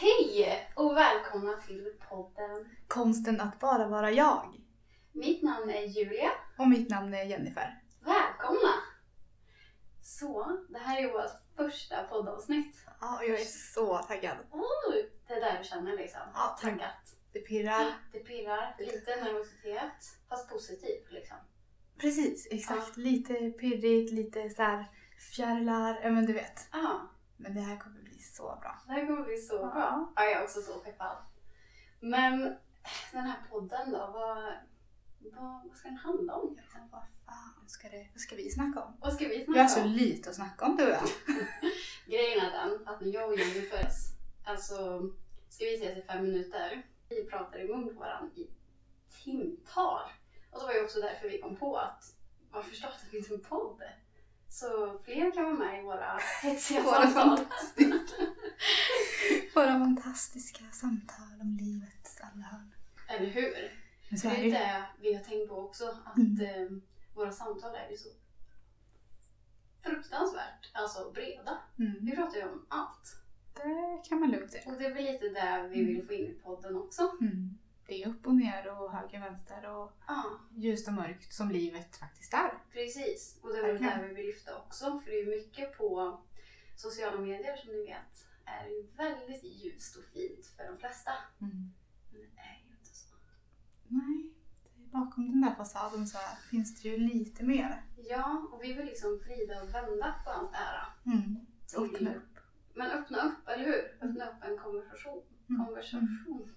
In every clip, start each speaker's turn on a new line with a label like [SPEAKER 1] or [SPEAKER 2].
[SPEAKER 1] Hej och välkomna till podden.
[SPEAKER 2] Konsten att bara vara jag.
[SPEAKER 1] Mitt namn är Julia.
[SPEAKER 2] Och mitt namn är Jennifer.
[SPEAKER 1] Välkomna! Så, det här är vårt första poddavsnitt.
[SPEAKER 2] Ja, jag är så taggad.
[SPEAKER 1] Oh, det är där vi känner liksom.
[SPEAKER 2] Ja, tack.
[SPEAKER 1] Taggat.
[SPEAKER 2] Det pirrar.
[SPEAKER 1] Det pirrar, lite nervositet, fast positivt liksom.
[SPEAKER 2] Precis, exakt. Lite pirrigt, lite så här fjärilar. Ja, men du vet.
[SPEAKER 1] Ja,
[SPEAKER 2] Men det här kommer bli så bra.
[SPEAKER 1] det här kommer bli så
[SPEAKER 2] Ja.
[SPEAKER 1] bra. Ja, jag är också så peppad. Men den här podden då, vad, vad, vad ska den handla om? Liksom?
[SPEAKER 2] Vad fan ska, det, vad ska vi snacka om?
[SPEAKER 1] Vad ska vi
[SPEAKER 2] Vi har
[SPEAKER 1] snacka
[SPEAKER 2] så
[SPEAKER 1] om?
[SPEAKER 2] lite att snacka om du och jag.
[SPEAKER 1] Grejen är den att när jag och Jenny föds, alltså ska vi ses i fem minuter, vi pratar i mun på varandra i timtal. Och det var ju också därför vi kom på att varför startar vi inte en podd? Så fler kan vara med i våra hetsiga
[SPEAKER 2] Våra
[SPEAKER 1] samtal.
[SPEAKER 2] Våra fantastiska samtal om livets alla hörn.
[SPEAKER 1] Eller hur?
[SPEAKER 2] Men
[SPEAKER 1] Det
[SPEAKER 2] så är
[SPEAKER 1] är
[SPEAKER 2] det
[SPEAKER 1] ju
[SPEAKER 2] ju.
[SPEAKER 1] det vi har tänkt på också, att
[SPEAKER 2] Mm.
[SPEAKER 1] eh, våra samtal är ju så fruktansvärt alltså breda.
[SPEAKER 2] Mm.
[SPEAKER 1] Vi pratar ju om allt.
[SPEAKER 2] Det kan man lugnt säga.
[SPEAKER 1] Och det är väl lite det vi vill få in i podden också.
[SPEAKER 2] Mm. Det är upp och ner och höger och vänster och
[SPEAKER 1] Ja.
[SPEAKER 2] ljust och mörkt som livet faktiskt är.
[SPEAKER 1] Precis, och det var det
[SPEAKER 2] Verkligen.
[SPEAKER 1] där vi vill lyfta också. För det är ju mycket på sociala medier som ni vet är ju väldigt ljust och fint för de flesta.
[SPEAKER 2] Mm.
[SPEAKER 1] Men det är ju inte så.
[SPEAKER 2] Nej, det är bakom den där fasaden så finns det ju lite mer.
[SPEAKER 1] Ja, och vi vill liksom vrida och vända på allt det här.
[SPEAKER 2] Mm.
[SPEAKER 1] till-
[SPEAKER 2] Öppna upp.
[SPEAKER 1] Men öppna upp, eller hur?
[SPEAKER 2] Mm.
[SPEAKER 1] Öppna upp en konversation.
[SPEAKER 2] Mm.
[SPEAKER 1] Konversation.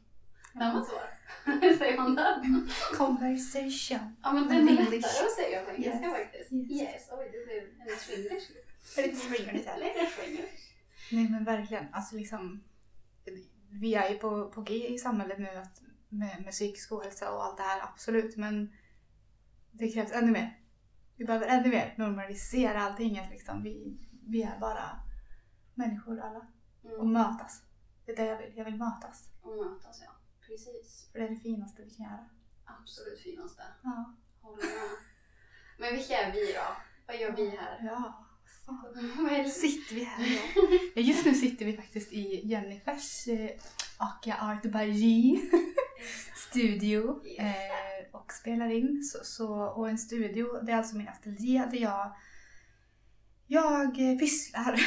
[SPEAKER 1] Den var
[SPEAKER 2] Ja.
[SPEAKER 1] svår. Säger man den?
[SPEAKER 2] Conversation.
[SPEAKER 1] Ja, men den är
[SPEAKER 2] English.
[SPEAKER 1] lättare att säga på engelska
[SPEAKER 2] Yes.
[SPEAKER 1] faktiskt. Yes.
[SPEAKER 2] Yes.
[SPEAKER 1] Oj, det blev en swinglish.
[SPEAKER 2] Är det swingigt eller?
[SPEAKER 1] Eller swinglish.
[SPEAKER 2] Nej men verkligen, alltså liksom. Vi är ju på, på G i samhället nu att, med, med psykisk ohälsa och allt det här, absolut. Men det krävs ännu mer. Vi behöver ännu mer normalisera allting. Att liksom, vi, vi är bara människor alla. Och
[SPEAKER 1] Mm.
[SPEAKER 2] mötas. Det är det jag vill. Jag vill mötas.
[SPEAKER 1] Och mötas, ja. Precis.
[SPEAKER 2] För det är det finaste vi kan göra.
[SPEAKER 1] Absolut finaste.
[SPEAKER 2] Ja.
[SPEAKER 1] Håller med. Men vilka är vi då? Vad gör vi här?
[SPEAKER 2] Ja, fan.
[SPEAKER 1] Vad är det-
[SPEAKER 2] Sitter vi här då? Ja, just nu sitter vi faktiskt i Jennifers eh, Aka Art by G studio
[SPEAKER 1] Yes.
[SPEAKER 2] eh, och spelar in. Så, så, och en studio, det är alltså min ateljé där jag, jag eh, pysslar.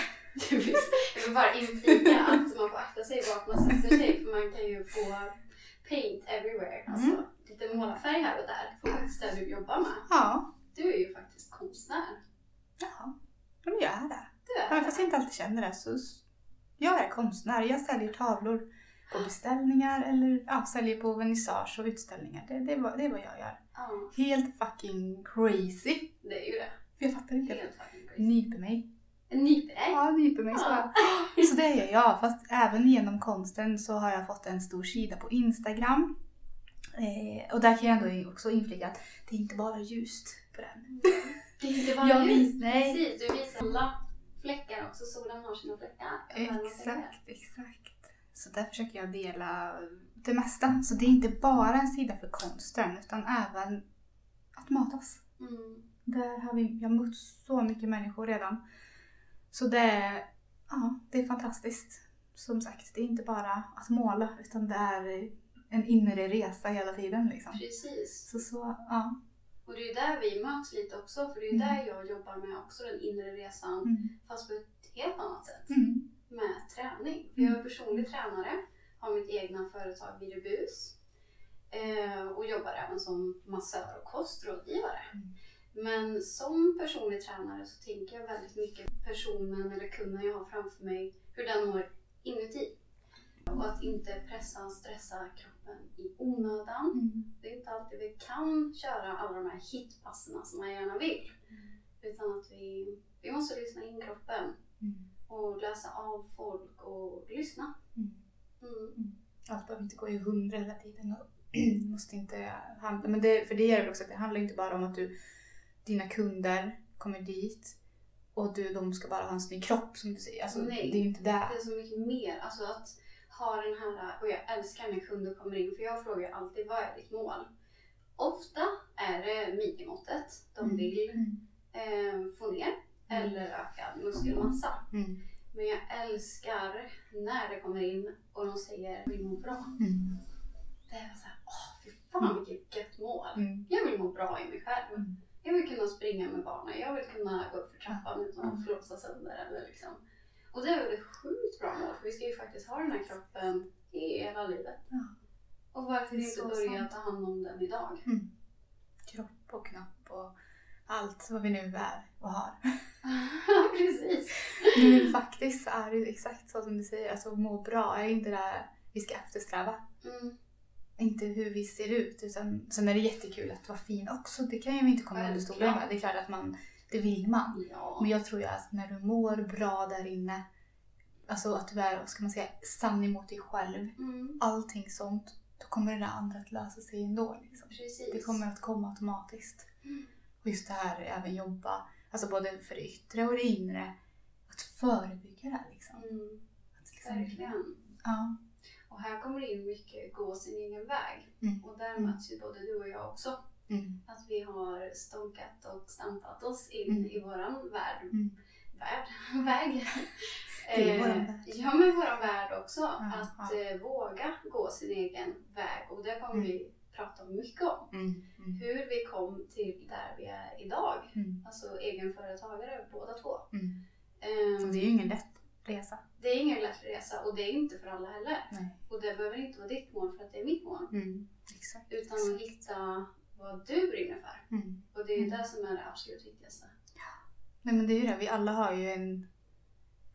[SPEAKER 1] Du visst, Jag vill bara inflika att man får akta sig vart man sätter sig för man kan ju få paint everywhere.
[SPEAKER 2] Mm.
[SPEAKER 1] Alltså lite målarfärg här och där. För faktiskt det du jobbar med.
[SPEAKER 2] Ja,
[SPEAKER 1] Du är ju faktiskt konstnär.
[SPEAKER 2] ja. men jag är det.
[SPEAKER 1] Du är
[SPEAKER 2] Även fast jag inte alltid känner det så s- jag är konstnär. Jag säljer tavlor på beställningar eller ja, säljer på vernissage och utställningar. Det, det, är vad- det är vad jag gör.
[SPEAKER 1] Ja,
[SPEAKER 2] Helt fucking crazy.
[SPEAKER 1] det är ju det.
[SPEAKER 2] Jag fattar inte.
[SPEAKER 1] Helt fucking crazy.
[SPEAKER 2] Nyper mig.
[SPEAKER 1] En nyper?
[SPEAKER 2] Ja, nyper mig så.
[SPEAKER 1] Ja.
[SPEAKER 2] Så det gör jag. Fast även genom konsten så har jag fått en stor sida på Instagram. Eh, och där kan jag ändå också inflika att det är inte bara ljust på den.
[SPEAKER 1] Det är inte
[SPEAKER 2] Jag
[SPEAKER 1] bara ljus.
[SPEAKER 2] vis- nej.
[SPEAKER 1] Precis, du visar alla fläckar också. Solen har sina fläckar.
[SPEAKER 2] Exakt, exakt. Så där försöker jag dela det mesta. Så det är inte bara en sida för konsten utan även att matas.
[SPEAKER 1] Mm.
[SPEAKER 2] Där har vi, jag har mött så mycket människor redan. Så det är, ja, det är fantastiskt. Som sagt, det är inte bara att måla utan det är en inre resa hela tiden. Liksom.
[SPEAKER 1] Precis.
[SPEAKER 2] Så, så, ja.
[SPEAKER 1] Och det är ju där vi möts lite också, för det är ju
[SPEAKER 2] Mm.
[SPEAKER 1] där jag jobbar med också den inre resan,
[SPEAKER 2] Mm.
[SPEAKER 1] fast på ett helt annat sätt.
[SPEAKER 2] Mm.
[SPEAKER 1] Med träning. För jag är personlig tränare, har mitt egna företag Virubus eh, och jobbar även som massör och kostrådgivare.
[SPEAKER 2] Mm.
[SPEAKER 1] Men som personlig tränare så tänker jag väldigt mycket på personen eller kunden jag har framför mig, hur den mår inuti. Och att inte pressa och stressa kroppen i onödan.
[SPEAKER 2] Mm.
[SPEAKER 1] Det är inte alltid vi kan köra alla de här hitpasserna som man gärna vill. Utan att vi, vi måste lyssna in kroppen
[SPEAKER 2] Mm.
[SPEAKER 1] och läsa av folk och lyssna.
[SPEAKER 2] Mm.
[SPEAKER 1] Mm.
[SPEAKER 2] Allt behöver inte gå i hundra hela tiden. Och måste inte handla. Men det, för det gör det väl också att det handlar inte bara om att du, dina kunder kommer dit och du, de ska bara ha en snygg kropp som du säger. Alltså,
[SPEAKER 1] Nej.
[SPEAKER 2] Det är ju inte det.
[SPEAKER 1] Det är så mycket mer. Alltså att ha den här, och jag älskar när kunder kommer in för jag frågar ju alltid vad är ditt mål? Ofta är det midjemåttet de vill
[SPEAKER 2] Mm.
[SPEAKER 1] eh, få ner eller öka muskelmassa.
[SPEAKER 2] Mm.
[SPEAKER 1] Men jag älskar när det kommer in och de säger vill må bra.
[SPEAKER 2] Mm.
[SPEAKER 1] Det är såhär, åh fy fan vilket gött mål.
[SPEAKER 2] Mm.
[SPEAKER 1] Jag vill må bra i mig själv.
[SPEAKER 2] Mm.
[SPEAKER 1] Jag vill kunna springa med barnen. Jag vill kunna gå upp för trappan utan
[SPEAKER 2] Mm.
[SPEAKER 1] att flåsa sönder eller liksom. Och det är väl ett sjukt bra mål för vi ska ju faktiskt ha den här kroppen i hela livet.
[SPEAKER 2] Ja.
[SPEAKER 1] Och varför
[SPEAKER 2] Det är
[SPEAKER 1] inte
[SPEAKER 2] så
[SPEAKER 1] börja
[SPEAKER 2] sant.
[SPEAKER 1] ta hand om den idag?
[SPEAKER 2] Kropp och knopp och allt vad vi nu är och har.
[SPEAKER 1] Precis!
[SPEAKER 2] Men faktiskt är det ju exakt så som du säger, alltså att må bra är inte det vi ska eftersträva.
[SPEAKER 1] Mm.
[SPEAKER 2] Inte hur vi ser ut, utan sen är det jättekul att vara fin också. Det kan ju inte komma under stolen med. Det är klart att man, det vill man.
[SPEAKER 1] Ja.
[SPEAKER 2] Men jag tror ju att när du mår bra där inne, alltså att du är, vad ska man säga, sann emot dig själv.
[SPEAKER 1] Mm.
[SPEAKER 2] Allting sånt, då kommer det där andra att lösa sig ändå. Liksom.
[SPEAKER 1] Precis.
[SPEAKER 2] Det kommer att komma automatiskt.
[SPEAKER 1] Mm.
[SPEAKER 2] Och just det här även jobba, alltså både för det yttre och det inre. Att förebygga det här liksom.
[SPEAKER 1] Mm.
[SPEAKER 2] Att liksom
[SPEAKER 1] Verkligen.
[SPEAKER 2] ja.
[SPEAKER 1] Och här kommer det in mycket gå sin egen väg.
[SPEAKER 2] Mm.
[SPEAKER 1] Och där
[SPEAKER 2] Mm.
[SPEAKER 1] möts ju både du och jag också.
[SPEAKER 2] Mm.
[SPEAKER 1] Att vi har stånkat och stampat oss in
[SPEAKER 2] Mm.
[SPEAKER 1] i våran värld.
[SPEAKER 2] Mm.
[SPEAKER 1] Värld? Väg?
[SPEAKER 2] Det är
[SPEAKER 1] Eh,
[SPEAKER 2] våran värld.
[SPEAKER 1] Ja, men våran värld också.
[SPEAKER 2] Ja,
[SPEAKER 1] att eh, våga gå sin egen väg. Och det kommer
[SPEAKER 2] Mm.
[SPEAKER 1] vi prata mycket om.
[SPEAKER 2] Mm. Mm.
[SPEAKER 1] Hur vi kom till där vi är idag.
[SPEAKER 2] Mm.
[SPEAKER 1] Alltså egenföretagare båda två.
[SPEAKER 2] Mm.
[SPEAKER 1] Ehm,
[SPEAKER 2] Och Det är ju ingen lätt resa.
[SPEAKER 1] det är ingen lätt resa och det är inte för alla heller.
[SPEAKER 2] Nej.
[SPEAKER 1] Och det behöver inte vara ditt mål för att det är mitt mål.
[SPEAKER 2] Mm. Exakt.
[SPEAKER 1] Utan att hitta vad du brinner för.
[SPEAKER 2] Mm.
[SPEAKER 1] Och det är ju
[SPEAKER 2] Mm.
[SPEAKER 1] det som är det absolut viktigaste.
[SPEAKER 2] Nej men det är ju det, vi alla har ju en,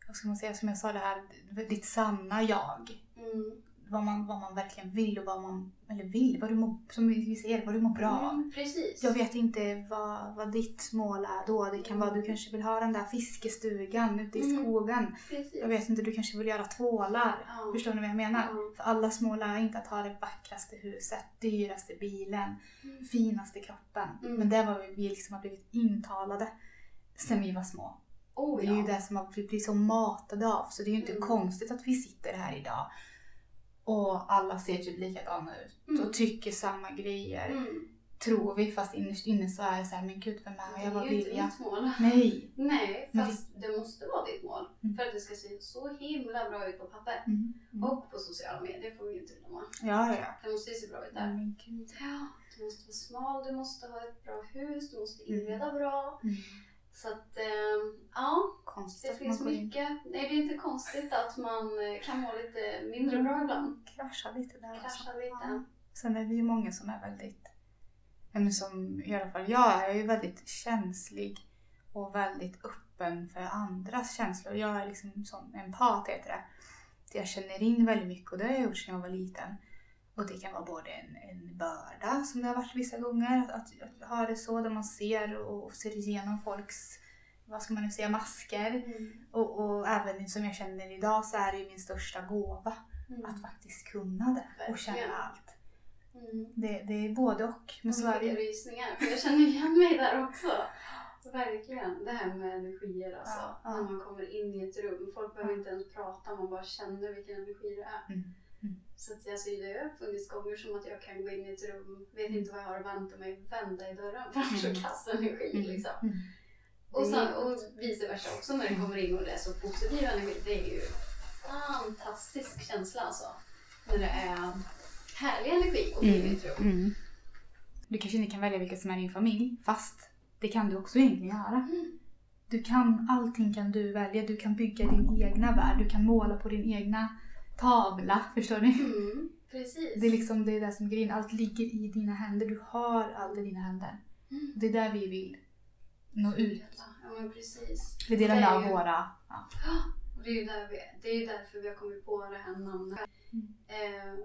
[SPEAKER 2] vad ska man säga, som jag sa det här, ditt sanna jag.
[SPEAKER 1] Mm.
[SPEAKER 2] Vad man, vad man verkligen vill och vad man, eller vill, vad du mår, som vi säger, vad du mår bra av.
[SPEAKER 1] Mm, precis.
[SPEAKER 2] Jag vet inte vad, vad ditt mål är då. Det kan vara du kanske vill ha den där fiskestugan ute i
[SPEAKER 1] Mm.
[SPEAKER 2] skogen.
[SPEAKER 1] Precis.
[SPEAKER 2] Jag vet inte, du kanske vill göra tvålar.
[SPEAKER 1] Ja.
[SPEAKER 2] Förstår ni vad jag menar?
[SPEAKER 1] Ja.
[SPEAKER 2] För alla mål är inte att ha det vackraste huset, dyraste bilen,
[SPEAKER 1] Mm.
[SPEAKER 2] finaste kroppen.
[SPEAKER 1] Mm.
[SPEAKER 2] Men det var vad vi liksom har blivit intalade sen vi var små.
[SPEAKER 1] Oh,
[SPEAKER 2] Det är
[SPEAKER 1] ja.
[SPEAKER 2] ju det som har- vi blir så matade av. Så det är ju inte
[SPEAKER 1] Mm.
[SPEAKER 2] konstigt att vi sitter här idag och alla ser typ likadana ut
[SPEAKER 1] Mm.
[SPEAKER 2] och tycker samma grejer
[SPEAKER 1] Mm.
[SPEAKER 2] tror vi fast innerst inne så är det så här, men gud vem är jag,
[SPEAKER 1] det
[SPEAKER 2] vad
[SPEAKER 1] är ju
[SPEAKER 2] vill
[SPEAKER 1] inte
[SPEAKER 2] jag?
[SPEAKER 1] ditt mål.
[SPEAKER 2] Nej!
[SPEAKER 1] Nej,
[SPEAKER 2] Men
[SPEAKER 1] fast det måste vara ditt mål.
[SPEAKER 2] Mm.
[SPEAKER 1] För att det ska se så himla bra ut på papper.
[SPEAKER 2] Mm. Mm.
[SPEAKER 1] Och på sociala medier får vi ju inte glömma.
[SPEAKER 2] Ja, ja.
[SPEAKER 1] Det måste ju se bra ut där.
[SPEAKER 2] Men gud.
[SPEAKER 1] Ja, du måste vara smal, du måste ha ett bra hus, du måste inreda bra.
[SPEAKER 2] Mm.
[SPEAKER 1] Så att, ehm, ja,
[SPEAKER 2] Konstigt
[SPEAKER 1] det
[SPEAKER 2] att man
[SPEAKER 1] finns
[SPEAKER 2] går in
[SPEAKER 1] mycket. Nej, det är inte konstigt att man eh, kan må lite mindre bra ibland.
[SPEAKER 2] Mm. kraschar lite där.
[SPEAKER 1] Krascha
[SPEAKER 2] också.
[SPEAKER 1] lite.
[SPEAKER 2] Ja. Sen är det ju många som är väldigt, ja, men som i alla fall jag är, jag är ju väldigt känslig och väldigt öppen för andras känslor. Jag är liksom som empat heter det. Så Jag känner in väldigt mycket och det har jag gjort sedan jag var liten. Och det kan vara både en, en börda som det har varit vissa gånger, att, att, att ha det så där man ser och ser igenom folks, vad ska man nu säga, masker.
[SPEAKER 1] Mm.
[SPEAKER 2] Och, och även som jag känner idag så är det ju min största gåva att
[SPEAKER 1] Mm.
[SPEAKER 2] faktiskt kunna det och
[SPEAKER 1] Verkligen.
[SPEAKER 2] känna allt.
[SPEAKER 1] Mm.
[SPEAKER 2] Det, det är både och. Men så är det
[SPEAKER 1] Jag
[SPEAKER 2] ju.
[SPEAKER 1] fick rysningar, för jag känner igen mig där också. Verkligen. Det här med energier alltså.
[SPEAKER 2] Ja, ja.
[SPEAKER 1] När man kommer in i ett rum. Folk behöver inte ens prata, man bara känner vilken energi det är.
[SPEAKER 2] Mm, mm.
[SPEAKER 1] Så att jag ser det har funnits gånger som att jag kan gå in i ett rum, vet inte vad jag har att vänta mig, vända i dörren framför
[SPEAKER 2] Mm.
[SPEAKER 1] kassaenergi
[SPEAKER 2] Mm,
[SPEAKER 1] liksom.
[SPEAKER 2] mm.
[SPEAKER 1] Och,
[SPEAKER 2] Det är
[SPEAKER 1] sen, och vice versa också när det kommer in och det är så positiv energi. Det är ju fantastisk känsla alltså. När det är härlig energi och
[SPEAKER 2] Mm.
[SPEAKER 1] in i ett rum.
[SPEAKER 2] Du kanske inte kan välja vilka som är din familj, fast det kan du också egentligen göra.
[SPEAKER 1] Mm.
[SPEAKER 2] Du kan, allting kan du välja. Du kan bygga din egna värld. Du kan måla på din egna tavla. Förstår ni?
[SPEAKER 1] Mm, precis.
[SPEAKER 2] Det är liksom det, är det som är grejen. Allt ligger i dina händer. Du har allt i dina händer.
[SPEAKER 1] Mm.
[SPEAKER 2] Det är där vi vill nå ut.
[SPEAKER 1] Ja, men precis.
[SPEAKER 2] Vi delar
[SPEAKER 1] Det
[SPEAKER 2] med
[SPEAKER 1] är
[SPEAKER 2] av
[SPEAKER 1] ju-
[SPEAKER 2] våra... Ja.
[SPEAKER 1] Och det, är ju där vi, det är ju därför vi har kommit på det här namnet.
[SPEAKER 2] Mm.
[SPEAKER 1] Eh,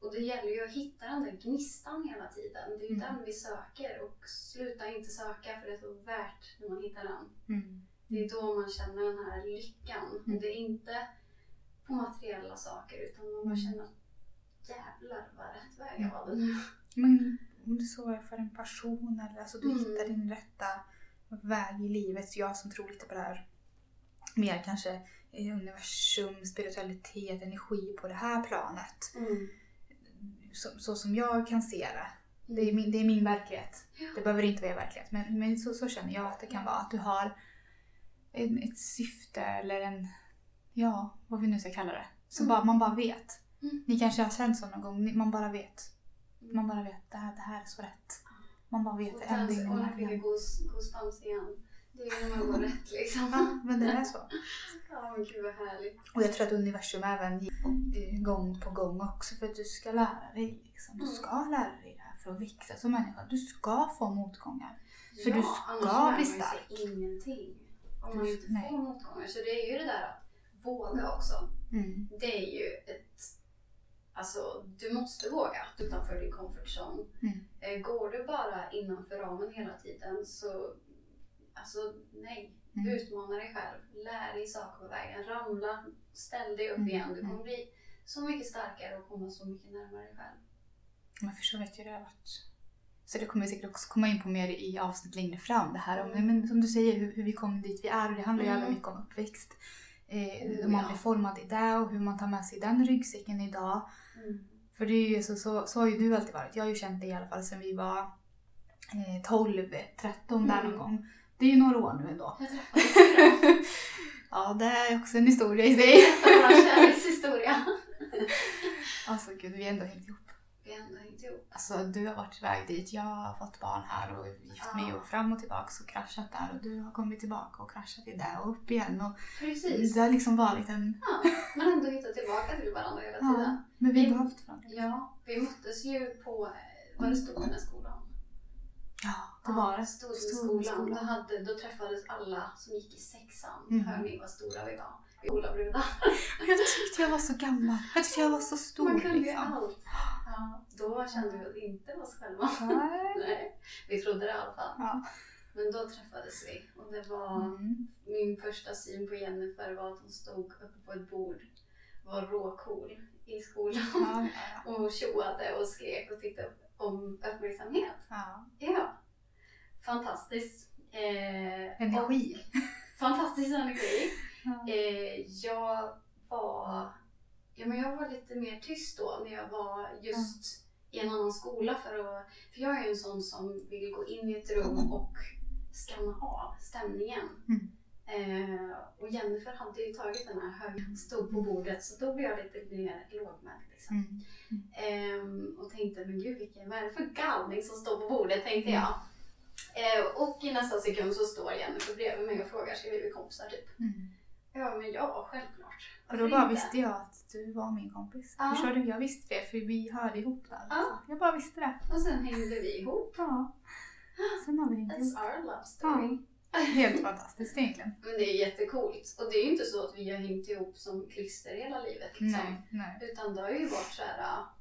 [SPEAKER 1] och det gäller ju att hitta den där gnistan hela tiden. Det är ju
[SPEAKER 2] Mm.
[SPEAKER 1] den vi söker och sluta inte söka för det är så värt när man hittar den.
[SPEAKER 2] Mm.
[SPEAKER 1] Det är då man känner den här lyckan.
[SPEAKER 2] Mm.
[SPEAKER 1] Och det är inte på materiella saker utan man
[SPEAKER 2] Mm.
[SPEAKER 1] bara känner att jävlar vad rätt väg jag valde nu.
[SPEAKER 2] Men om det så är för en passion eller alltså du
[SPEAKER 1] Mm.
[SPEAKER 2] hittar din rätta väg i livet. Så jag som tror lite på det här mer kanske i universum, spiritualitet, energi på det här planet. Så, så som jag kan se det. Det
[SPEAKER 1] Mm.
[SPEAKER 2] är min, det är min verklighet.
[SPEAKER 1] Ja.
[SPEAKER 2] Det behöver inte vara er verklighet men, men så, så känner jag att det kan vara. Att du har en, ett syfte eller en, ja, vad vi nu ska kalla det. Så
[SPEAKER 1] Mm.
[SPEAKER 2] bara, man bara vet.
[SPEAKER 1] Mm.
[SPEAKER 2] Ni kanske har känt så någon gång, ni- man bara vet.
[SPEAKER 1] Mm.
[SPEAKER 2] Man bara vet, det här, det här är så rätt. Man bara vet
[SPEAKER 1] Och
[SPEAKER 2] en
[SPEAKER 1] sen
[SPEAKER 2] dygn
[SPEAKER 1] så, och nu fick jag
[SPEAKER 2] innan.
[SPEAKER 1] goose- goosebumps igen. Det är ju när man går rätt liksom.
[SPEAKER 2] Ja, men det är så.
[SPEAKER 1] Ja men gud vad härligt.
[SPEAKER 2] Och jag tror att universum även eh, gång på gång också för att du ska lära dig. Liksom. Du
[SPEAKER 1] Mm.
[SPEAKER 2] ska lära dig det här för att växa som människa. Du ska få motgångar. För
[SPEAKER 1] ja,
[SPEAKER 2] du ska
[SPEAKER 1] annars lär man
[SPEAKER 2] bli
[SPEAKER 1] sig
[SPEAKER 2] stark.
[SPEAKER 1] ingenting. Om man
[SPEAKER 2] Du-
[SPEAKER 1] inte
[SPEAKER 2] nej.
[SPEAKER 1] får motgångar. Så det är ju det där att våga också.
[SPEAKER 2] Mm.
[SPEAKER 1] Det är ju ett... Alltså, du måste våga utanför din comfort zone.
[SPEAKER 2] Mm.
[SPEAKER 1] Eh, Går du bara innanför ramen hela tiden så... Alltså, nej.
[SPEAKER 2] Mm.
[SPEAKER 1] Utmana dig själv. Lär dig saker på vägen. Ramla. Ställ dig upp
[SPEAKER 2] Mm,
[SPEAKER 1] igen. Du
[SPEAKER 2] mm.
[SPEAKER 1] kommer bli så mycket starkare och komma så mycket närmare dig själv.
[SPEAKER 2] Men för så vet jag det har varit. Så det kommer vi säkert också komma in på mer i avsnitt längre fram. Det här om,
[SPEAKER 1] Mm.
[SPEAKER 2] men som du säger, hur, hur vi kom dit vi är. Och det handlar ju
[SPEAKER 1] Mm.
[SPEAKER 2] även mycket om uppväxt. Eh,
[SPEAKER 1] Oh,
[SPEAKER 2] hur man
[SPEAKER 1] ja.
[SPEAKER 2] blir formad i det och hur man tar med sig den ryggsäcken idag. För det är ju så, så, så har ju du alltid varit. Jag har ju känt dig i alla fall sedan vi var eh, 12, 13 där någon
[SPEAKER 1] Mm.
[SPEAKER 2] gång. Det är ju några år nu ändå.
[SPEAKER 1] Jag träffade syrran.
[SPEAKER 2] ja, det är också en historia i sig.
[SPEAKER 1] Berätta vår kärlekshistoria.
[SPEAKER 2] Alltså gud, vi har ändå hängt ihop.
[SPEAKER 1] Vi har ändå hängt ihop.
[SPEAKER 2] Alltså du har varit iväg dit, jag har fått barn här och gift mig
[SPEAKER 1] Ja.
[SPEAKER 2] och fram och tillbaks och kraschat där och du har kommit tillbaka och kraschat i det och upp igen. Och
[SPEAKER 1] Precis.
[SPEAKER 2] det har liksom varit en...
[SPEAKER 1] Ja, men ändå hitta tillbaka till varandra hela tiden.
[SPEAKER 2] Ja, men vi har
[SPEAKER 1] Mm.
[SPEAKER 2] behövt varandra.
[SPEAKER 1] Ja, vi möttes ju på, eh, var det Stormässkolan?
[SPEAKER 2] Ja, det var det.
[SPEAKER 1] Stormässkolan. Då,
[SPEAKER 2] Stormässkolan.
[SPEAKER 1] hade- då träffades alla som gick i sexan.
[SPEAKER 2] Mm.
[SPEAKER 1] Hör ni vad stora vi var? Vi Ola brudar.
[SPEAKER 2] Och Jag tyckte jag var så gammal. Jag tyckte jag var så stor.
[SPEAKER 1] Man kunde ju
[SPEAKER 2] liksom.
[SPEAKER 1] allt. Ja, då kände vi oss inte oss själva.
[SPEAKER 2] Nej.
[SPEAKER 1] Nej, vi trodde det i alla fall.
[SPEAKER 2] Ja.
[SPEAKER 1] Men då träffades vi och det var
[SPEAKER 2] Mm.
[SPEAKER 1] min första syn på Jennifer var att hon stod uppe på ett bord var råcool i skolan
[SPEAKER 2] Ja,
[SPEAKER 1] och tjoade och skrek och tyckte om uppmärksamhet.
[SPEAKER 2] ja.
[SPEAKER 1] Ja. Fantastiskt. Eh, och
[SPEAKER 2] Energi.
[SPEAKER 1] fantastisk energi.
[SPEAKER 2] Ja.
[SPEAKER 1] Eh, jag var... Ja, men jag var lite mer tyst då när jag var just i en annan skola. För, att, för jag är ju en sån som vill gå in i ett rum och skanna av stämningen.
[SPEAKER 2] Mm.
[SPEAKER 1] Eh, och Jennifer hade ju tagit den här högen, stod på bordet, så då blev jag lite mer lågmäld. Liksom.
[SPEAKER 2] Mm.
[SPEAKER 1] Ehm, och tänkte, men gud vilken, vad är det för galning som står på bordet? Tänkte jag.
[SPEAKER 2] Mm.
[SPEAKER 1] Ehm, och i nästa sekund så står Jennifer bredvid mig och frågar, ska vi bli kompisar typ?
[SPEAKER 2] Mm.
[SPEAKER 1] Ja, men ja, självklart.
[SPEAKER 2] Och då
[SPEAKER 1] Varför
[SPEAKER 2] bara
[SPEAKER 1] inte?
[SPEAKER 2] visste jag att du var min kompis.
[SPEAKER 1] Ja.
[SPEAKER 2] Förstår du? Jag visste det för vi hörde ihop där.
[SPEAKER 1] Ja.
[SPEAKER 2] Jag bara visste det.
[SPEAKER 1] Och sen hängde vi ihop.
[SPEAKER 2] Ja. Sen har vi ringt ihop.
[SPEAKER 1] That's our love story.
[SPEAKER 2] Helt fantastiskt egentligen.
[SPEAKER 1] Men det är jättecoolt. Och det är ju inte så att vi har hängt ihop som klister hela livet. Liksom.
[SPEAKER 2] Nej, nej.
[SPEAKER 1] Utan det har ju varit så här, ja,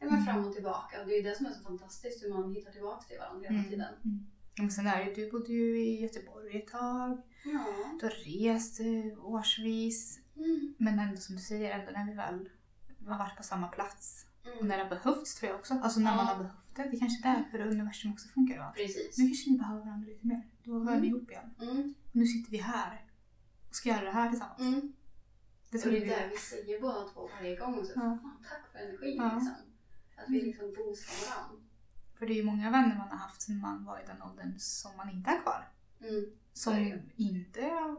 [SPEAKER 1] men
[SPEAKER 2] Mm.
[SPEAKER 1] fram och tillbaka. Och det är ju det som är så fantastiskt, hur man hittar tillbaka till varandra hela
[SPEAKER 2] Mm.
[SPEAKER 1] tiden.
[SPEAKER 2] Mm. Men sen är det, ju- du bodde ju i Göteborg ett tag.
[SPEAKER 1] Ja.
[SPEAKER 2] Du har rest eh, årsvis.
[SPEAKER 1] Mm.
[SPEAKER 2] Men ändå som du säger, ändå när vi väl har varit på samma plats. Och
[SPEAKER 1] Mm.
[SPEAKER 2] när det har behövts tror jag också. Alltså när man
[SPEAKER 1] Ja.
[SPEAKER 2] har behövt det. Det är kanske är därför universum också funkar. Va?
[SPEAKER 1] Precis.
[SPEAKER 2] Nu kanske ni behöver varandra lite mer. Då hör ni
[SPEAKER 1] Mm.
[SPEAKER 2] ihop igen.
[SPEAKER 1] Mm.
[SPEAKER 2] Nu sitter vi här och ska göra det här tillsammans.
[SPEAKER 1] Mm.
[SPEAKER 2] Det
[SPEAKER 1] Och
[SPEAKER 2] tror
[SPEAKER 1] det
[SPEAKER 2] vi.
[SPEAKER 1] där vi säger båda två varje gång. Och så,
[SPEAKER 2] Ja.
[SPEAKER 1] fan, tack för energin
[SPEAKER 2] Ja. Mm.
[SPEAKER 1] liksom. Att vi liksom boostar varandra.
[SPEAKER 2] För det är ju många vänner man har haft sedan man var i den åldern som man inte har kvar.
[SPEAKER 1] Mm.
[SPEAKER 2] Som
[SPEAKER 1] Så är
[SPEAKER 2] inte har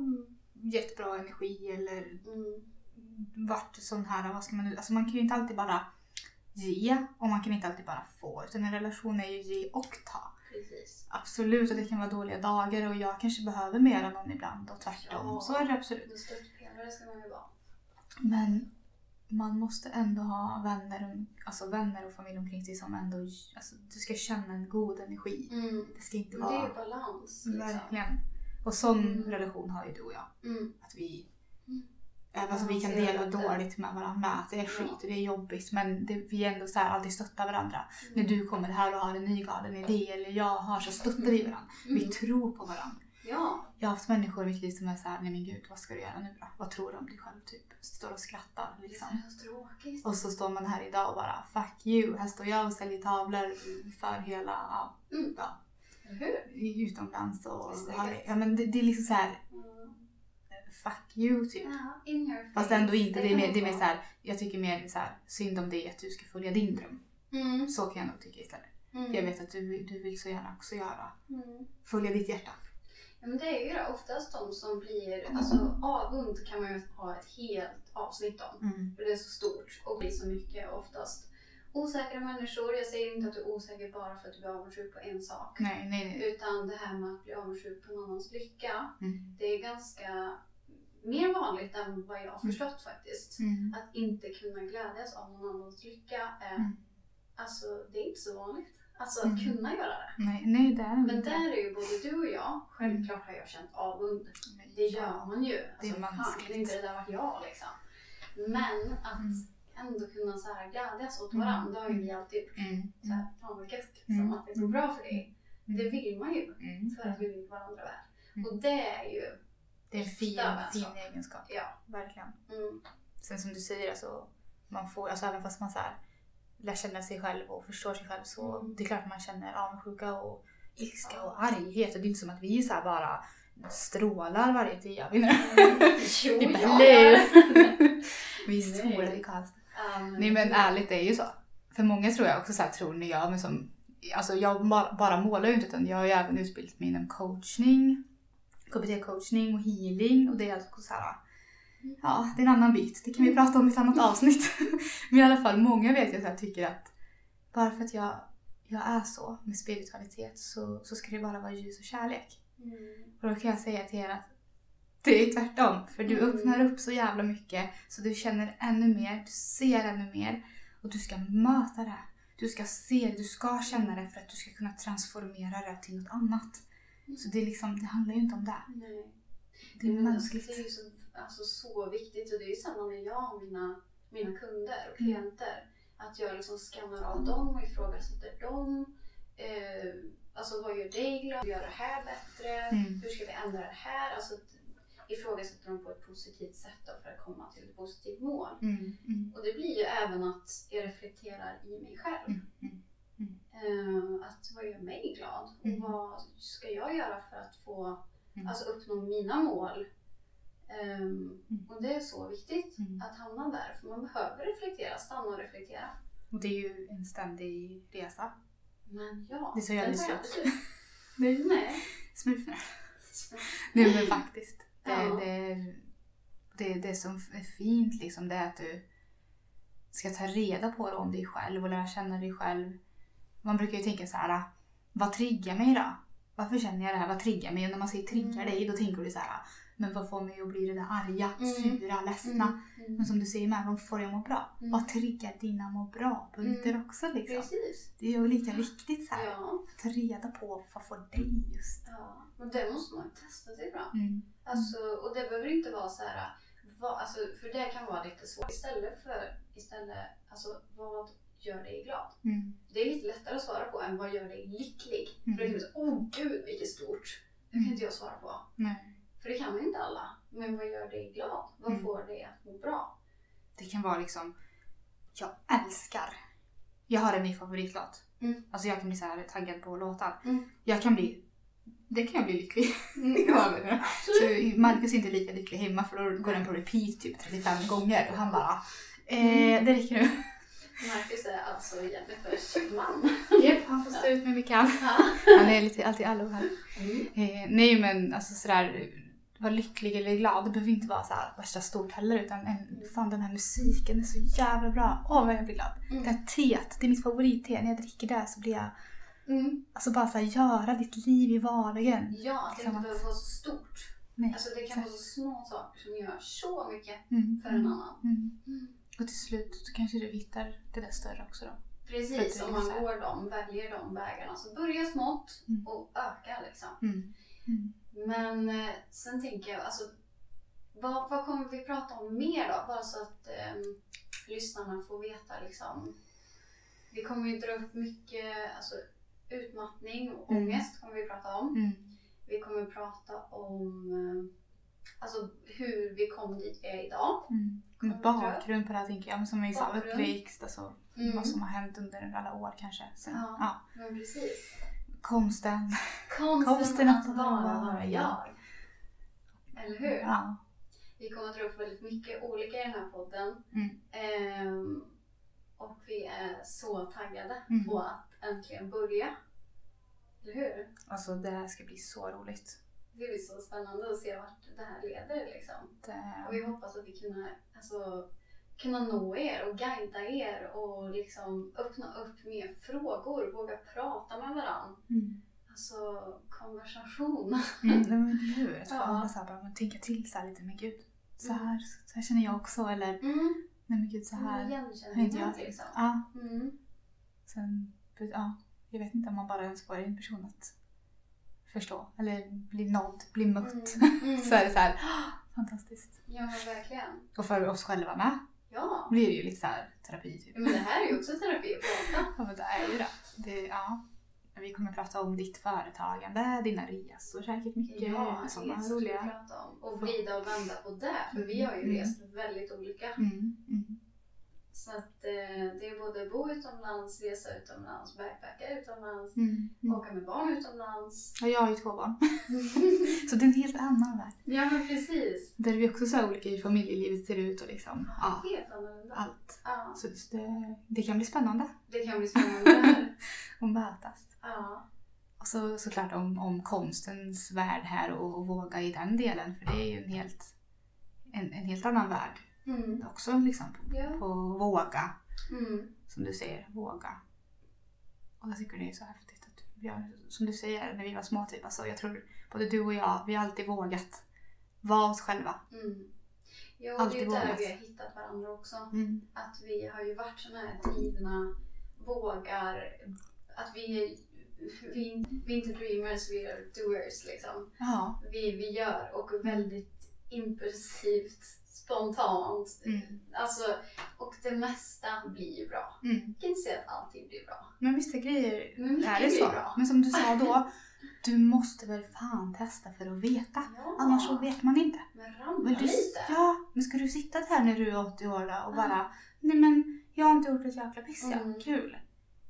[SPEAKER 2] gett bra energi eller
[SPEAKER 1] Mm.
[SPEAKER 2] varit sån här, vad ska man nu, alltså man kan ju inte alltid bara ge och man kan inte alltid bara få. Utan en relation är ju ge och ta.
[SPEAKER 1] Precis.
[SPEAKER 2] Absolut att det kan vara dåliga dagar och jag kanske behöver mer än någon ibland och tvärtom.
[SPEAKER 1] Ja.
[SPEAKER 2] Så är det absolut.
[SPEAKER 1] Men stöttpelare ska man ju vara.
[SPEAKER 2] Men man måste ändå ha vänner, alltså vänner och familj omkring sig som ändå... Alltså, du ska känna en god energi. Det ska inte
[SPEAKER 1] Mm, Men det är ju
[SPEAKER 2] vara...
[SPEAKER 1] balans. Liksom.
[SPEAKER 2] Verkligen. Och sån
[SPEAKER 1] Mm.
[SPEAKER 2] relation har ju du och jag.
[SPEAKER 1] Mm.
[SPEAKER 2] Att vi...
[SPEAKER 1] Mm.
[SPEAKER 2] Även alltså, vi kan
[SPEAKER 1] Balanserar
[SPEAKER 2] dela
[SPEAKER 1] lite.
[SPEAKER 2] dåligt med varandra. Att det är skit och det är jobbigt men det, vi är ändå så här, alltid stöttar varandra. När
[SPEAKER 1] Mm.
[SPEAKER 2] du kommer här och har en ny galen idé eller jag har så stöttar vi varandra. Vi
[SPEAKER 1] Mm.
[SPEAKER 2] tror på varandra.
[SPEAKER 1] Ja.
[SPEAKER 2] Jag har haft människor i mitt liv som är såhär, nej men gud vad ska du göra nu då? Vad tror du om dig själv? Typ. Står och skrattar
[SPEAKER 1] Det är
[SPEAKER 2] liksom.
[SPEAKER 1] så tråkigt.
[SPEAKER 2] Och så står man här idag och bara fuck you, här står jag och säljer tavlor för hela ja,
[SPEAKER 1] Mm.
[SPEAKER 2] ja,
[SPEAKER 1] Eller hur?
[SPEAKER 2] utomlands och
[SPEAKER 1] Det är så gött.
[SPEAKER 2] ja, men det, det är liksom så här
[SPEAKER 1] Mm.
[SPEAKER 2] fuck you typ.
[SPEAKER 1] Ja, in your face.
[SPEAKER 2] Fast ändå inte, det är
[SPEAKER 1] Mm. kan
[SPEAKER 2] mer, det är mer
[SPEAKER 1] vara.
[SPEAKER 2] så här, jag tycker mer så här, synd om dig att du ska följa din dröm.
[SPEAKER 1] Mm.
[SPEAKER 2] Så kan jag nog tycka istället.
[SPEAKER 1] Mm.
[SPEAKER 2] Jag vet att du, du vill så gärna också göra,
[SPEAKER 1] Mm.
[SPEAKER 2] följa ditt hjärta.
[SPEAKER 1] Ja, Men det är ju det, oftast de som blir, alltså avund kan man ju ha ett helt avsnitt om.
[SPEAKER 2] Mm.
[SPEAKER 1] För det är så stort och blir så mycket oftast. Osäkra människor, jag säger inte att du är osäker bara för att du är avundsjuk på en sak.
[SPEAKER 2] Nej, nej, nej.
[SPEAKER 1] Utan det här med att bli avundsjuk på någon annans lycka,
[SPEAKER 2] Mm.
[SPEAKER 1] det är ganska mer vanligt än vad jag har förstått faktiskt.
[SPEAKER 2] Mm.
[SPEAKER 1] Att inte kunna glädjas av någon annans lycka, är,
[SPEAKER 2] Mm.
[SPEAKER 1] alltså det är inte så vanligt. Alltså att
[SPEAKER 2] Mm.
[SPEAKER 1] kunna göra det.
[SPEAKER 2] Nej, nej, det är
[SPEAKER 1] Men där är ju både du och jag,
[SPEAKER 2] Mm.
[SPEAKER 1] självklart har jag känt avund. Det gör man ju. Alltså,
[SPEAKER 2] är
[SPEAKER 1] fan,
[SPEAKER 2] mänskligt.
[SPEAKER 1] det inte det där varit jag liksom. Men att
[SPEAKER 2] Mm.
[SPEAKER 1] ändå kunna så här glädjas åt
[SPEAKER 2] Mm.
[SPEAKER 1] varandra, det har ju vi alltid gjort.
[SPEAKER 2] Mm.
[SPEAKER 1] Så här, fan vad gött
[SPEAKER 2] Mm.
[SPEAKER 1] liksom, att det går bra för dig.
[SPEAKER 2] Mm.
[SPEAKER 1] Det vill man ju,
[SPEAKER 2] Mm.
[SPEAKER 1] för att vi vill varandra väl.
[SPEAKER 2] Mm.
[SPEAKER 1] Och det är ju,
[SPEAKER 2] Det är en fin,
[SPEAKER 1] Äkta vänskap.
[SPEAKER 2] fin egenskap.
[SPEAKER 1] ja.
[SPEAKER 2] Verkligen.
[SPEAKER 1] Mm,
[SPEAKER 2] Sen som du säger, alltså, man får, alltså, även fast man så här, lär känna sig själv och förstår sig själv så
[SPEAKER 1] Mm.
[SPEAKER 2] det är klart man känner avundsjuka och ilska och arghet. Och det är inte som att vi är så här bara strålar varje Det gör vi nu.
[SPEAKER 1] Mm. Jo,
[SPEAKER 2] Vi bara,
[SPEAKER 1] ja.
[SPEAKER 2] "Hello!" Vi
[SPEAKER 1] Nej.
[SPEAKER 2] solar i Karlstad.
[SPEAKER 1] um,
[SPEAKER 2] Nej men ärligt, det är ju så. För många tror jag också så här, tror ni jag, men som... Alltså jag ma- bara målar ju inte utan jag har ju även utbildat mig inom coachning. KBT-coachning och healing och det är alltså så här... Ja, det är en annan bit. Det kan vi prata om i ett annat avsnitt. men i alla fall, många vet jag så här, tycker att bara för att jag, jag är så med spiritualitet så, så ska det bara vara ljus och kärlek.
[SPEAKER 1] Mm.
[SPEAKER 2] Och då kan jag säga till er att det är tvärtom. För du
[SPEAKER 1] Mm.
[SPEAKER 2] öppnar upp så jävla mycket så du känner ännu mer, du ser ännu mer. Och du ska möta det. Du ska se det, du ska känna det för att du ska kunna transformera det till något annat. Så det, är liksom, det handlar ju inte om det.
[SPEAKER 1] Nej.
[SPEAKER 2] Det är
[SPEAKER 1] Men alltså, Det är
[SPEAKER 2] mänskligt.
[SPEAKER 1] ju så, alltså, så viktigt och det är ju samma med jag och mina, mina kunder och
[SPEAKER 2] Mm.
[SPEAKER 1] klienter. Att jag liksom skannar av dem och ifrågasätter dem. Eh, alltså vad gör dig glad? Hur gör det här bättre?
[SPEAKER 2] Mm.
[SPEAKER 1] Hur ska vi ändra det här? Alltså att ifrågasätta dem på ett positivt sätt då för att komma till ett positivt mål.
[SPEAKER 2] Mm. Mm.
[SPEAKER 1] Och det blir ju även att jag reflekterar i mig själv.
[SPEAKER 2] Mm. Mm.
[SPEAKER 1] Eh, att vad gör mig glad?
[SPEAKER 2] Mm.
[SPEAKER 1] Och vad ska jag göra för att få
[SPEAKER 2] Mm.
[SPEAKER 1] alltså, uppnå mina mål? Ehm,
[SPEAKER 2] Mm.
[SPEAKER 1] Och det är så viktigt
[SPEAKER 2] Mm.
[SPEAKER 1] att hamna där. För man behöver reflektera, stanna och reflektera.
[SPEAKER 2] Och det är ju en ständig resa.
[SPEAKER 1] Men ja,
[SPEAKER 2] Det är så jag
[SPEAKER 1] den
[SPEAKER 2] älskar
[SPEAKER 1] tar
[SPEAKER 2] det.
[SPEAKER 1] inte slut. Nej.
[SPEAKER 2] Smurf. Nej men faktiskt. Det,
[SPEAKER 1] Mm. Ja.
[SPEAKER 2] det, det, det som är fint liksom, det är att du ska ta reda på det om dig själv och lära känna dig själv. Man brukar ju tänka så här, vad triggar mig då? Varför känner jag det här? Vad triggar mig? Och när man säger triggar
[SPEAKER 1] Mm.
[SPEAKER 2] dig, då tänker du så här, men vad får mig att bli det där arga,
[SPEAKER 1] Mm.
[SPEAKER 2] sura, ledsna?
[SPEAKER 1] Mm.
[SPEAKER 2] Men som du säger med, vad får jag att må bra?
[SPEAKER 1] Mm.
[SPEAKER 2] Vad triggar dina må bra-punkter också liksom?
[SPEAKER 1] Precis.
[SPEAKER 2] Det är ju lika viktigt så här,
[SPEAKER 1] Ja.
[SPEAKER 2] att ta reda på vad får dig just.
[SPEAKER 1] ja. Men det måste man ju testa sig fram.
[SPEAKER 2] Mm.
[SPEAKER 1] Alltså, och det behöver inte vara så här, vad, alltså, för det kan vara lite svårt. Istället för, istället, alltså vad gör dig glad?
[SPEAKER 2] Mm.
[SPEAKER 1] Det är lite lättare att svara på än vad gör dig lycklig?
[SPEAKER 2] Mm.
[SPEAKER 1] För det är typ så, åh gud vilket stort! Det kan
[SPEAKER 2] Mm.
[SPEAKER 1] inte jag svara på.
[SPEAKER 2] Nej.
[SPEAKER 1] För det kan inte alla. Men vad gör dig glad? Vad
[SPEAKER 2] Mm.
[SPEAKER 1] får dig att må bra?
[SPEAKER 2] Det kan vara liksom, jag älskar. Jag har en ny favoritlåt.
[SPEAKER 1] Mm.
[SPEAKER 2] Alltså jag kan bli så här taggad på låtar.
[SPEAKER 1] Mm.
[SPEAKER 2] Jag kan bli, det kan jag bli lycklig över.
[SPEAKER 1] Absolut.
[SPEAKER 2] Så Marcus är inte lika lycklig hemma för då går den på repeat typ 35 gånger och han bara, eh, det räcker nu.
[SPEAKER 1] Marcus är alltså Jennifers man.
[SPEAKER 2] Japp, han får stå ut med mycket allt.
[SPEAKER 1] Ja.
[SPEAKER 2] Han är lite, alltid allo här.
[SPEAKER 1] Mm.
[SPEAKER 2] Eh, nej men alltså sådär, vara lycklig eller glad. Det behöver inte vara så här värsta stort heller utan en, fan den här musiken är så jävla bra. Åh vad jag blir glad. Det här teet, det är mitt favoritte. När jag dricker det så blir jag...
[SPEAKER 1] Mm.
[SPEAKER 2] Alltså bara så här, göra ditt liv i vardagen.
[SPEAKER 1] Ja, att det inte
[SPEAKER 2] Samma.
[SPEAKER 1] behöver vara så stort.
[SPEAKER 2] Nej.
[SPEAKER 1] Alltså det kan vara så små saker som gör så mycket
[SPEAKER 2] Mm.
[SPEAKER 1] för en annan.
[SPEAKER 2] Mm.
[SPEAKER 1] Mm.
[SPEAKER 2] Och till slut så kanske du hittar det där större också då.
[SPEAKER 1] Precis,
[SPEAKER 2] För
[SPEAKER 1] om
[SPEAKER 2] att
[SPEAKER 1] man
[SPEAKER 2] resa.
[SPEAKER 1] går de, väljer de vägarna. Så börja smått
[SPEAKER 2] Mm.
[SPEAKER 1] och öka liksom.
[SPEAKER 2] Mm. Mm.
[SPEAKER 1] Men eh, sen tänker jag, alltså, vad, vad kommer vi prata om mer då? Bara så att ehm, lyssnarna får veta liksom. Vi kommer ju dra upp mycket alltså, utmattning och
[SPEAKER 2] Mm.
[SPEAKER 1] ångest kommer vi prata om.
[SPEAKER 2] Mm.
[SPEAKER 1] Vi kommer prata om eh, alltså, hur vi kom dit vi är idag.
[SPEAKER 2] Mm. Med bakgrund på det här tänker jag. Men som vi sa,
[SPEAKER 1] Bakgrund.
[SPEAKER 2] uppväxt, alltså
[SPEAKER 1] Mm.
[SPEAKER 2] vad som har hänt under alla år kanske. Sen,
[SPEAKER 1] Ja.
[SPEAKER 2] ja.
[SPEAKER 1] Men precis.
[SPEAKER 2] Konsten.
[SPEAKER 1] Konsten,
[SPEAKER 2] Konsten
[SPEAKER 1] att,
[SPEAKER 2] att
[SPEAKER 1] bara
[SPEAKER 2] vara
[SPEAKER 1] vara jag.
[SPEAKER 2] jag.
[SPEAKER 1] Eller hur?
[SPEAKER 2] Ja.
[SPEAKER 1] Vi kommer att dra upp väldigt mycket olika i den här podden.
[SPEAKER 2] Mm.
[SPEAKER 1] Ehm, och vi är så taggade
[SPEAKER 2] Mm.
[SPEAKER 1] på att äntligen börja. Eller hur?
[SPEAKER 2] Alltså det här ska bli så roligt.
[SPEAKER 1] Det ska bli så spännande att se vart det här leder liksom.
[SPEAKER 2] Det- Mm.
[SPEAKER 1] Och vi hoppas att vi kunna, alltså, kunna nå er och guida er och liksom öppna upp mer frågor, våga prata med varandra.
[SPEAKER 2] Mm.
[SPEAKER 1] Alltså konversation.
[SPEAKER 2] Mm, nej, men eller hur? Att få
[SPEAKER 1] Ja.
[SPEAKER 2] andra så här, bara, men tänka till så här lite, men gud, så här, så här känner jag också. Eller
[SPEAKER 1] Mm.
[SPEAKER 2] nej men gud, så här har inte
[SPEAKER 1] Igenkänningen
[SPEAKER 2] jag.
[SPEAKER 1] liksom.
[SPEAKER 2] Ja,
[SPEAKER 1] Mm.
[SPEAKER 2] sen, ja, jag vet inte om man bara önskar en person att förstå eller bli nådd, bli mött.
[SPEAKER 1] Mm. Mm.
[SPEAKER 2] Så är det så här, "Ah, fantastiskt.
[SPEAKER 1] Ja men verkligen.
[SPEAKER 2] Och för oss själva med
[SPEAKER 1] Ja.
[SPEAKER 2] blir det ju lite så här terapi typ.
[SPEAKER 1] Ja, Men det här är ju också terapi att prata.
[SPEAKER 2] Ja, men det är ju det. det ja. Vi kommer prata om ditt företagande, dina resor säkert mycket.
[SPEAKER 1] Ja, det
[SPEAKER 2] sådana
[SPEAKER 1] är så vi
[SPEAKER 2] roliga.
[SPEAKER 1] prata om. Och vrida och vända på det. För vi har ju
[SPEAKER 2] Mm.
[SPEAKER 1] rest väldigt olika.
[SPEAKER 2] Mm, mm.
[SPEAKER 1] Så att eh, det är både bo utomlands, resa utomlands, backpacka utomlands,
[SPEAKER 2] Mm, mm.
[SPEAKER 1] åka med barn utomlands.
[SPEAKER 2] Ja, jag har ju två barn. Så det är en helt annan värld.
[SPEAKER 1] ja men precis.
[SPEAKER 2] Där vi också så här olika hur familjelivet ser ut och liksom ja,
[SPEAKER 1] Helt annorlunda.
[SPEAKER 2] allt.
[SPEAKER 1] Ja,
[SPEAKER 2] Så så det, det kan bli spännande
[SPEAKER 1] det kan bli spännande här.
[SPEAKER 2] att mötas.
[SPEAKER 1] Ja.
[SPEAKER 2] Och så, såklart om, om konstens värld här och, och våga i den delen. För det är ju en helt, en, en helt annan värld
[SPEAKER 1] Mm.
[SPEAKER 2] också. Liksom, på,
[SPEAKER 1] Ja.
[SPEAKER 2] på våga,
[SPEAKER 1] Mm.
[SPEAKER 2] som du säger. Våga. Och jag tycker det är så häftigt. Att vi har, som du säger, när vi var små, typ, alltså, jag tror både du och jag, vi har alltid vågat våga oss själva.
[SPEAKER 1] Mm. Jo, det är
[SPEAKER 2] Alltid
[SPEAKER 1] ju där
[SPEAKER 2] vågat.
[SPEAKER 1] vi har hittat varandra också.
[SPEAKER 2] Mm.
[SPEAKER 1] Att vi har ju varit såna här drivna, vågar, att vi, vi, vi är inte dreamers, vi är doers liksom.
[SPEAKER 2] Ja.
[SPEAKER 1] Vi, vi gör och väldigt impulsivt, spontant.
[SPEAKER 2] Mm.
[SPEAKER 1] Alltså, och det mesta blir ju bra.
[SPEAKER 2] Mm.
[SPEAKER 1] Jag kan inte säga att allting blir bra.
[SPEAKER 2] Men vissa grejer
[SPEAKER 1] Men mycket
[SPEAKER 2] är det
[SPEAKER 1] blir
[SPEAKER 2] så.
[SPEAKER 1] bra.
[SPEAKER 2] Men som du sa då, du måste väl fan testa för att veta.
[SPEAKER 1] Ja.
[SPEAKER 2] Annars så vet man inte.
[SPEAKER 1] Men
[SPEAKER 2] Men
[SPEAKER 1] ramla
[SPEAKER 2] du,
[SPEAKER 1] lite.
[SPEAKER 2] ja, men ska du sitta där när du är 80 år då och bara Nej men jag har inte gjort ett jäkla piss ja.
[SPEAKER 1] Mm.
[SPEAKER 2] Kul.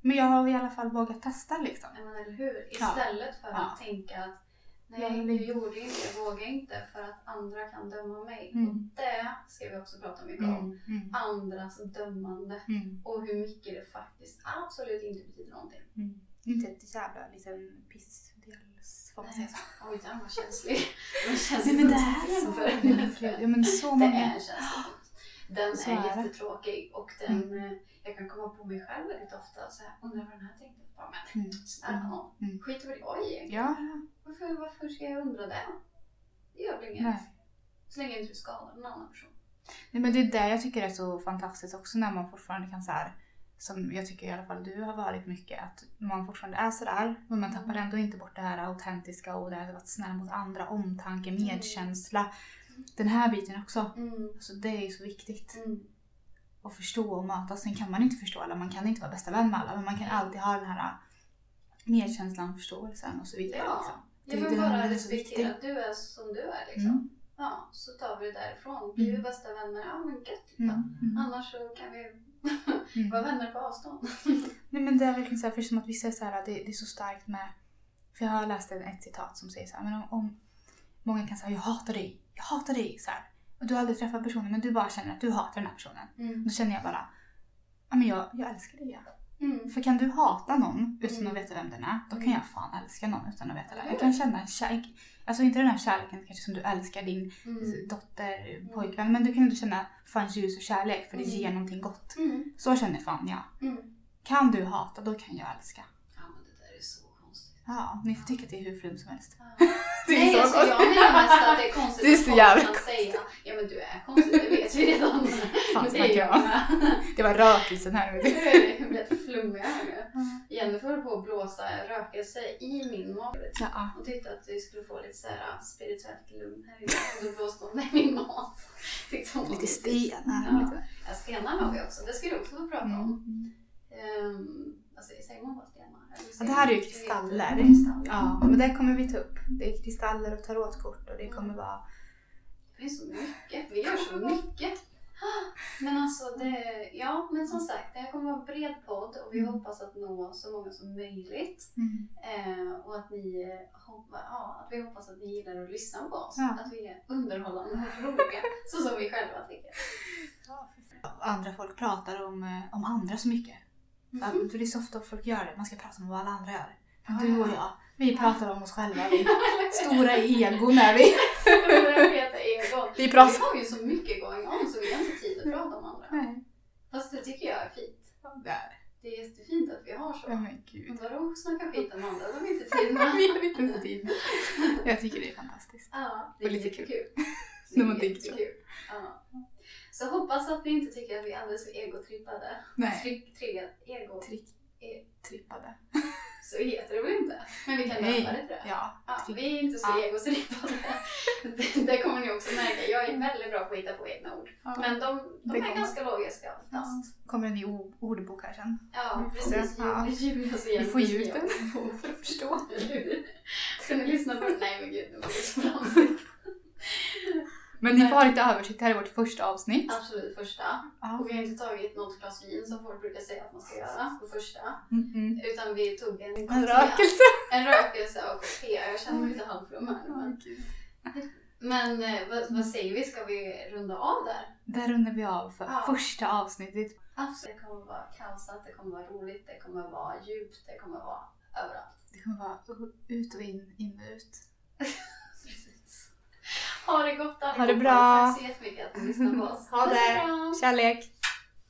[SPEAKER 2] Men jag har i alla fall vågat testa liksom.
[SPEAKER 1] Ja, men eller hur?
[SPEAKER 2] Ja.
[SPEAKER 1] Istället för
[SPEAKER 2] Ja. Mm.
[SPEAKER 1] att tänka att
[SPEAKER 2] Jag
[SPEAKER 1] nej, jag
[SPEAKER 2] vill inte."
[SPEAKER 1] gjorde inte, jag vågade inte för att andra kan döma mig.
[SPEAKER 2] Mm.
[SPEAKER 1] Och det ska vi också prata mycket om.
[SPEAKER 2] Mm, mm,
[SPEAKER 1] Andras dömande
[SPEAKER 2] mm,
[SPEAKER 1] och hur mycket det faktiskt absolut inte betyder någonting.
[SPEAKER 2] mm. Inte ett jävla liten pissdels får man säga så.
[SPEAKER 1] Oj, den var känslig. Den var
[SPEAKER 2] Nej
[SPEAKER 1] känslig
[SPEAKER 2] men det
[SPEAKER 1] punkt
[SPEAKER 2] här är
[SPEAKER 1] för
[SPEAKER 2] så
[SPEAKER 1] henne.
[SPEAKER 2] Ja men så
[SPEAKER 1] Det är
[SPEAKER 2] många.
[SPEAKER 1] en känslig punkt. Den
[SPEAKER 2] Så
[SPEAKER 1] är,
[SPEAKER 2] är det. Mm.
[SPEAKER 1] jättetråkig och den, eh, jag kan komma på mig själv väldigt ofta så jag undrar vad den här tänkte på. Men
[SPEAKER 2] Mm,
[SPEAKER 1] snälla nån,
[SPEAKER 2] mm.
[SPEAKER 1] skit i vad jag egentligen.
[SPEAKER 2] Ja,
[SPEAKER 1] Varför, varför ska jag undra det? Det gör väl inget.
[SPEAKER 2] nej.
[SPEAKER 1] Så länge inte du skadar någon annan person.
[SPEAKER 2] Nej, men det är det jag tycker är så fantastiskt också när man fortfarande kan så här som jag tycker i alla fall du har varit mycket, att man fortfarande är sådär men man tappar
[SPEAKER 1] Mm.
[SPEAKER 2] ändå inte bort det här autentiska och det här att vara snäll mot andra, omtanke, medkänsla. Den här biten också.
[SPEAKER 1] Mm.
[SPEAKER 2] Alltså det är ju så viktigt att förstå och mötas. Sen kan man inte förstå alla, man kan inte vara bästa vän med alla men man kan alltid ha den här medkänslan, förståelsen och så vidare.
[SPEAKER 1] Ja.
[SPEAKER 2] Liksom.
[SPEAKER 1] Jag
[SPEAKER 2] Det-
[SPEAKER 1] vill
[SPEAKER 2] den- den
[SPEAKER 1] bara
[SPEAKER 2] är så
[SPEAKER 1] respektera
[SPEAKER 2] viktig.
[SPEAKER 1] att du är som du är liksom.
[SPEAKER 2] Mm.
[SPEAKER 1] Ja, så tar vi det därifrån. Blir vi bästa vänner, ja men gött.
[SPEAKER 2] Mm.
[SPEAKER 1] Ja.
[SPEAKER 2] Mm.
[SPEAKER 1] Annars så kan vi
[SPEAKER 2] Mm.
[SPEAKER 1] vara vänner på avstånd.
[SPEAKER 2] Nej men det är verkligen så här, för som att vissa är så här, "Ah, det, det är så starkt med... För jag har läst en- ett citat som säger så här, men om, om många kan säga jag hatar dig, jag hatar dig så här. Och du har aldrig träffat personen men du bara känner att du hatar den här personen. Då känner jag bara, ja men jag, jag älskar dig ja.
[SPEAKER 1] Mm.
[SPEAKER 2] För kan du hata någon utan
[SPEAKER 1] Mm.
[SPEAKER 2] att veta vem den är, då kan
[SPEAKER 1] Mm.
[SPEAKER 2] jag fan älska någon utan att veta det.
[SPEAKER 1] Eller
[SPEAKER 2] Jag kan känna en kärlek, alltså inte den här kärleken kanske som du älskar din
[SPEAKER 1] Mm.
[SPEAKER 2] dotter, pojkvän, men du kan ändå känna fan ljus och kärlek för det
[SPEAKER 1] Mm.
[SPEAKER 2] ger någonting gott.
[SPEAKER 1] Mm.
[SPEAKER 2] Så känner fan jag.
[SPEAKER 1] Mm.
[SPEAKER 2] Kan du hata, då kan jag älska.
[SPEAKER 1] Ja men det där är så konstigt.
[SPEAKER 2] Ja, ni får tycka att det är hur flumt som helst.
[SPEAKER 1] Ja.
[SPEAKER 2] Det är
[SPEAKER 1] Nej
[SPEAKER 2] så
[SPEAKER 1] alltså jag
[SPEAKER 2] konstigt.
[SPEAKER 1] menar mest att det är konstigt
[SPEAKER 2] Det är
[SPEAKER 1] att
[SPEAKER 2] så
[SPEAKER 1] folk
[SPEAKER 2] jävla
[SPEAKER 1] kan säga Ja men du är konstig, det vet vi redan.
[SPEAKER 2] Fan,
[SPEAKER 1] Men det
[SPEAKER 2] snackar
[SPEAKER 1] är jag
[SPEAKER 2] jag om.
[SPEAKER 1] med.
[SPEAKER 2] Det var rökelsen här. vet du.
[SPEAKER 1] Jag blir helt flummig här nu.
[SPEAKER 2] Mm.
[SPEAKER 1] Jennifer höll på att blåsa rökelse i min mage.
[SPEAKER 2] Ja.
[SPEAKER 1] Hon tyckte att vi skulle få lite så här äh, spirituellt lugn här inne. Och då blåste hon ner min mat. Tyckte hon
[SPEAKER 2] Lite stenar.
[SPEAKER 1] Ja.
[SPEAKER 2] Lite.
[SPEAKER 1] Ja, stenar har vi också. Det ska du också få prata om.
[SPEAKER 2] Mm.
[SPEAKER 1] Um, alltså, säger man bara stenar? Eller
[SPEAKER 2] Ja,
[SPEAKER 1] säger
[SPEAKER 2] det här är ju
[SPEAKER 1] man-
[SPEAKER 2] kristaller.
[SPEAKER 1] Det är kristaller.
[SPEAKER 2] Ja, men det kommer vi ta upp. Det är kristaller och tarotkort och det kommer vara...
[SPEAKER 1] Det är så mycket. Vi gör så mycket. Ah, Men alltså, det, ja, men som sagt, det här kommer vara en bred podd och vi
[SPEAKER 2] Mm.
[SPEAKER 1] hoppas att nå så många som möjligt. Eh, och att, ni, eh, hoppa, ja, att vi hoppas att ni gillar att lyssna på oss.
[SPEAKER 2] Ja.
[SPEAKER 1] Att vi är underhållande och roliga, så som vi själva tycker.
[SPEAKER 2] Andra folk pratar om, eh, om andra så mycket.
[SPEAKER 1] Mhm.
[SPEAKER 2] Mm. Det är så ofta folk gör det. Man ska prata om vad alla andra gör.
[SPEAKER 1] Ja,
[SPEAKER 2] Du och
[SPEAKER 1] ja.
[SPEAKER 2] jag, vi pratar om oss själva. Vi. Stora egon är vi.
[SPEAKER 1] Stora feta egon.
[SPEAKER 2] Vi
[SPEAKER 1] Vi
[SPEAKER 2] pratar...
[SPEAKER 1] har ju så mycket going on så vi har inte tid att prata om andra.
[SPEAKER 2] Nej.
[SPEAKER 1] Fast det tycker jag är fint.
[SPEAKER 2] Där.
[SPEAKER 1] Det är jättefint att vi har så.
[SPEAKER 2] Ja, men gud.
[SPEAKER 1] Men Vadå snacka skit om andra? De har inte tid med
[SPEAKER 2] Vi har inte ens tid. Jag tycker det är fantastiskt.
[SPEAKER 1] Ja, det
[SPEAKER 2] Och
[SPEAKER 1] är
[SPEAKER 2] lite
[SPEAKER 1] jättekul. Det
[SPEAKER 2] När
[SPEAKER 1] är
[SPEAKER 2] man tänker så.
[SPEAKER 1] jättekul. Ja. Så hoppas att ni inte tycker att vi är alldeles för egotrippade.
[SPEAKER 2] Nej.
[SPEAKER 1] Tri- Triggad ego.
[SPEAKER 2] Trick. eh, Trippade.
[SPEAKER 1] Så heter det väl inte? Men vi kan
[SPEAKER 2] Nej.
[SPEAKER 1] döpa det tror jag.
[SPEAKER 2] Ja.
[SPEAKER 1] Ja,
[SPEAKER 2] Trick.
[SPEAKER 1] vi är inte så
[SPEAKER 2] Ja.
[SPEAKER 1] egotrippade. Det, det kommer ni också märka. Jag är väldigt bra på att hitta på egna ord. Men de, de
[SPEAKER 2] Det
[SPEAKER 1] är
[SPEAKER 2] kommer.
[SPEAKER 1] ganska logiska oftast.
[SPEAKER 2] Kommer en ny o- ordbok här sen.
[SPEAKER 1] Ja,
[SPEAKER 2] Vi får se.
[SPEAKER 1] precis.
[SPEAKER 2] Ja.
[SPEAKER 1] Julia så
[SPEAKER 2] Vi får ju ut
[SPEAKER 1] hjälper
[SPEAKER 2] den.
[SPEAKER 1] oss.
[SPEAKER 2] För att förstå.
[SPEAKER 1] Ska ni lyssna på den? Nej men gud, nu var det så framsigt.
[SPEAKER 2] Men ni får ha lite översikt. Det här är vårt första avsnitt.
[SPEAKER 1] Absolut första.
[SPEAKER 2] Ja.
[SPEAKER 1] Och vi har inte tagit något glas vin som folk brukar säga att man ska göra på första.
[SPEAKER 2] Mm, mm.
[SPEAKER 1] Utan vi tog en,
[SPEAKER 2] En
[SPEAKER 1] te.
[SPEAKER 2] rökelse.
[SPEAKER 1] En rökelse och te. Jag känner mig lite halvflum här. Men, men eh, vad, vad säger vi? Ska vi runda av där?
[SPEAKER 2] Där rundar vi av för
[SPEAKER 1] Ja.
[SPEAKER 2] första avsnittet.
[SPEAKER 1] Absolut. Det kommer vara kaosat, det kommer vara roligt, det kommer vara djupt, det kommer vara överallt.
[SPEAKER 2] Det kommer vara ut och in, in och ut.
[SPEAKER 1] Precis. Ha det gott allihopa.
[SPEAKER 2] bra.
[SPEAKER 1] Tack så jättemycket att ni lyssnade på oss.
[SPEAKER 2] Ha
[SPEAKER 1] Puss och
[SPEAKER 2] det.
[SPEAKER 1] kram.
[SPEAKER 2] Kärlek!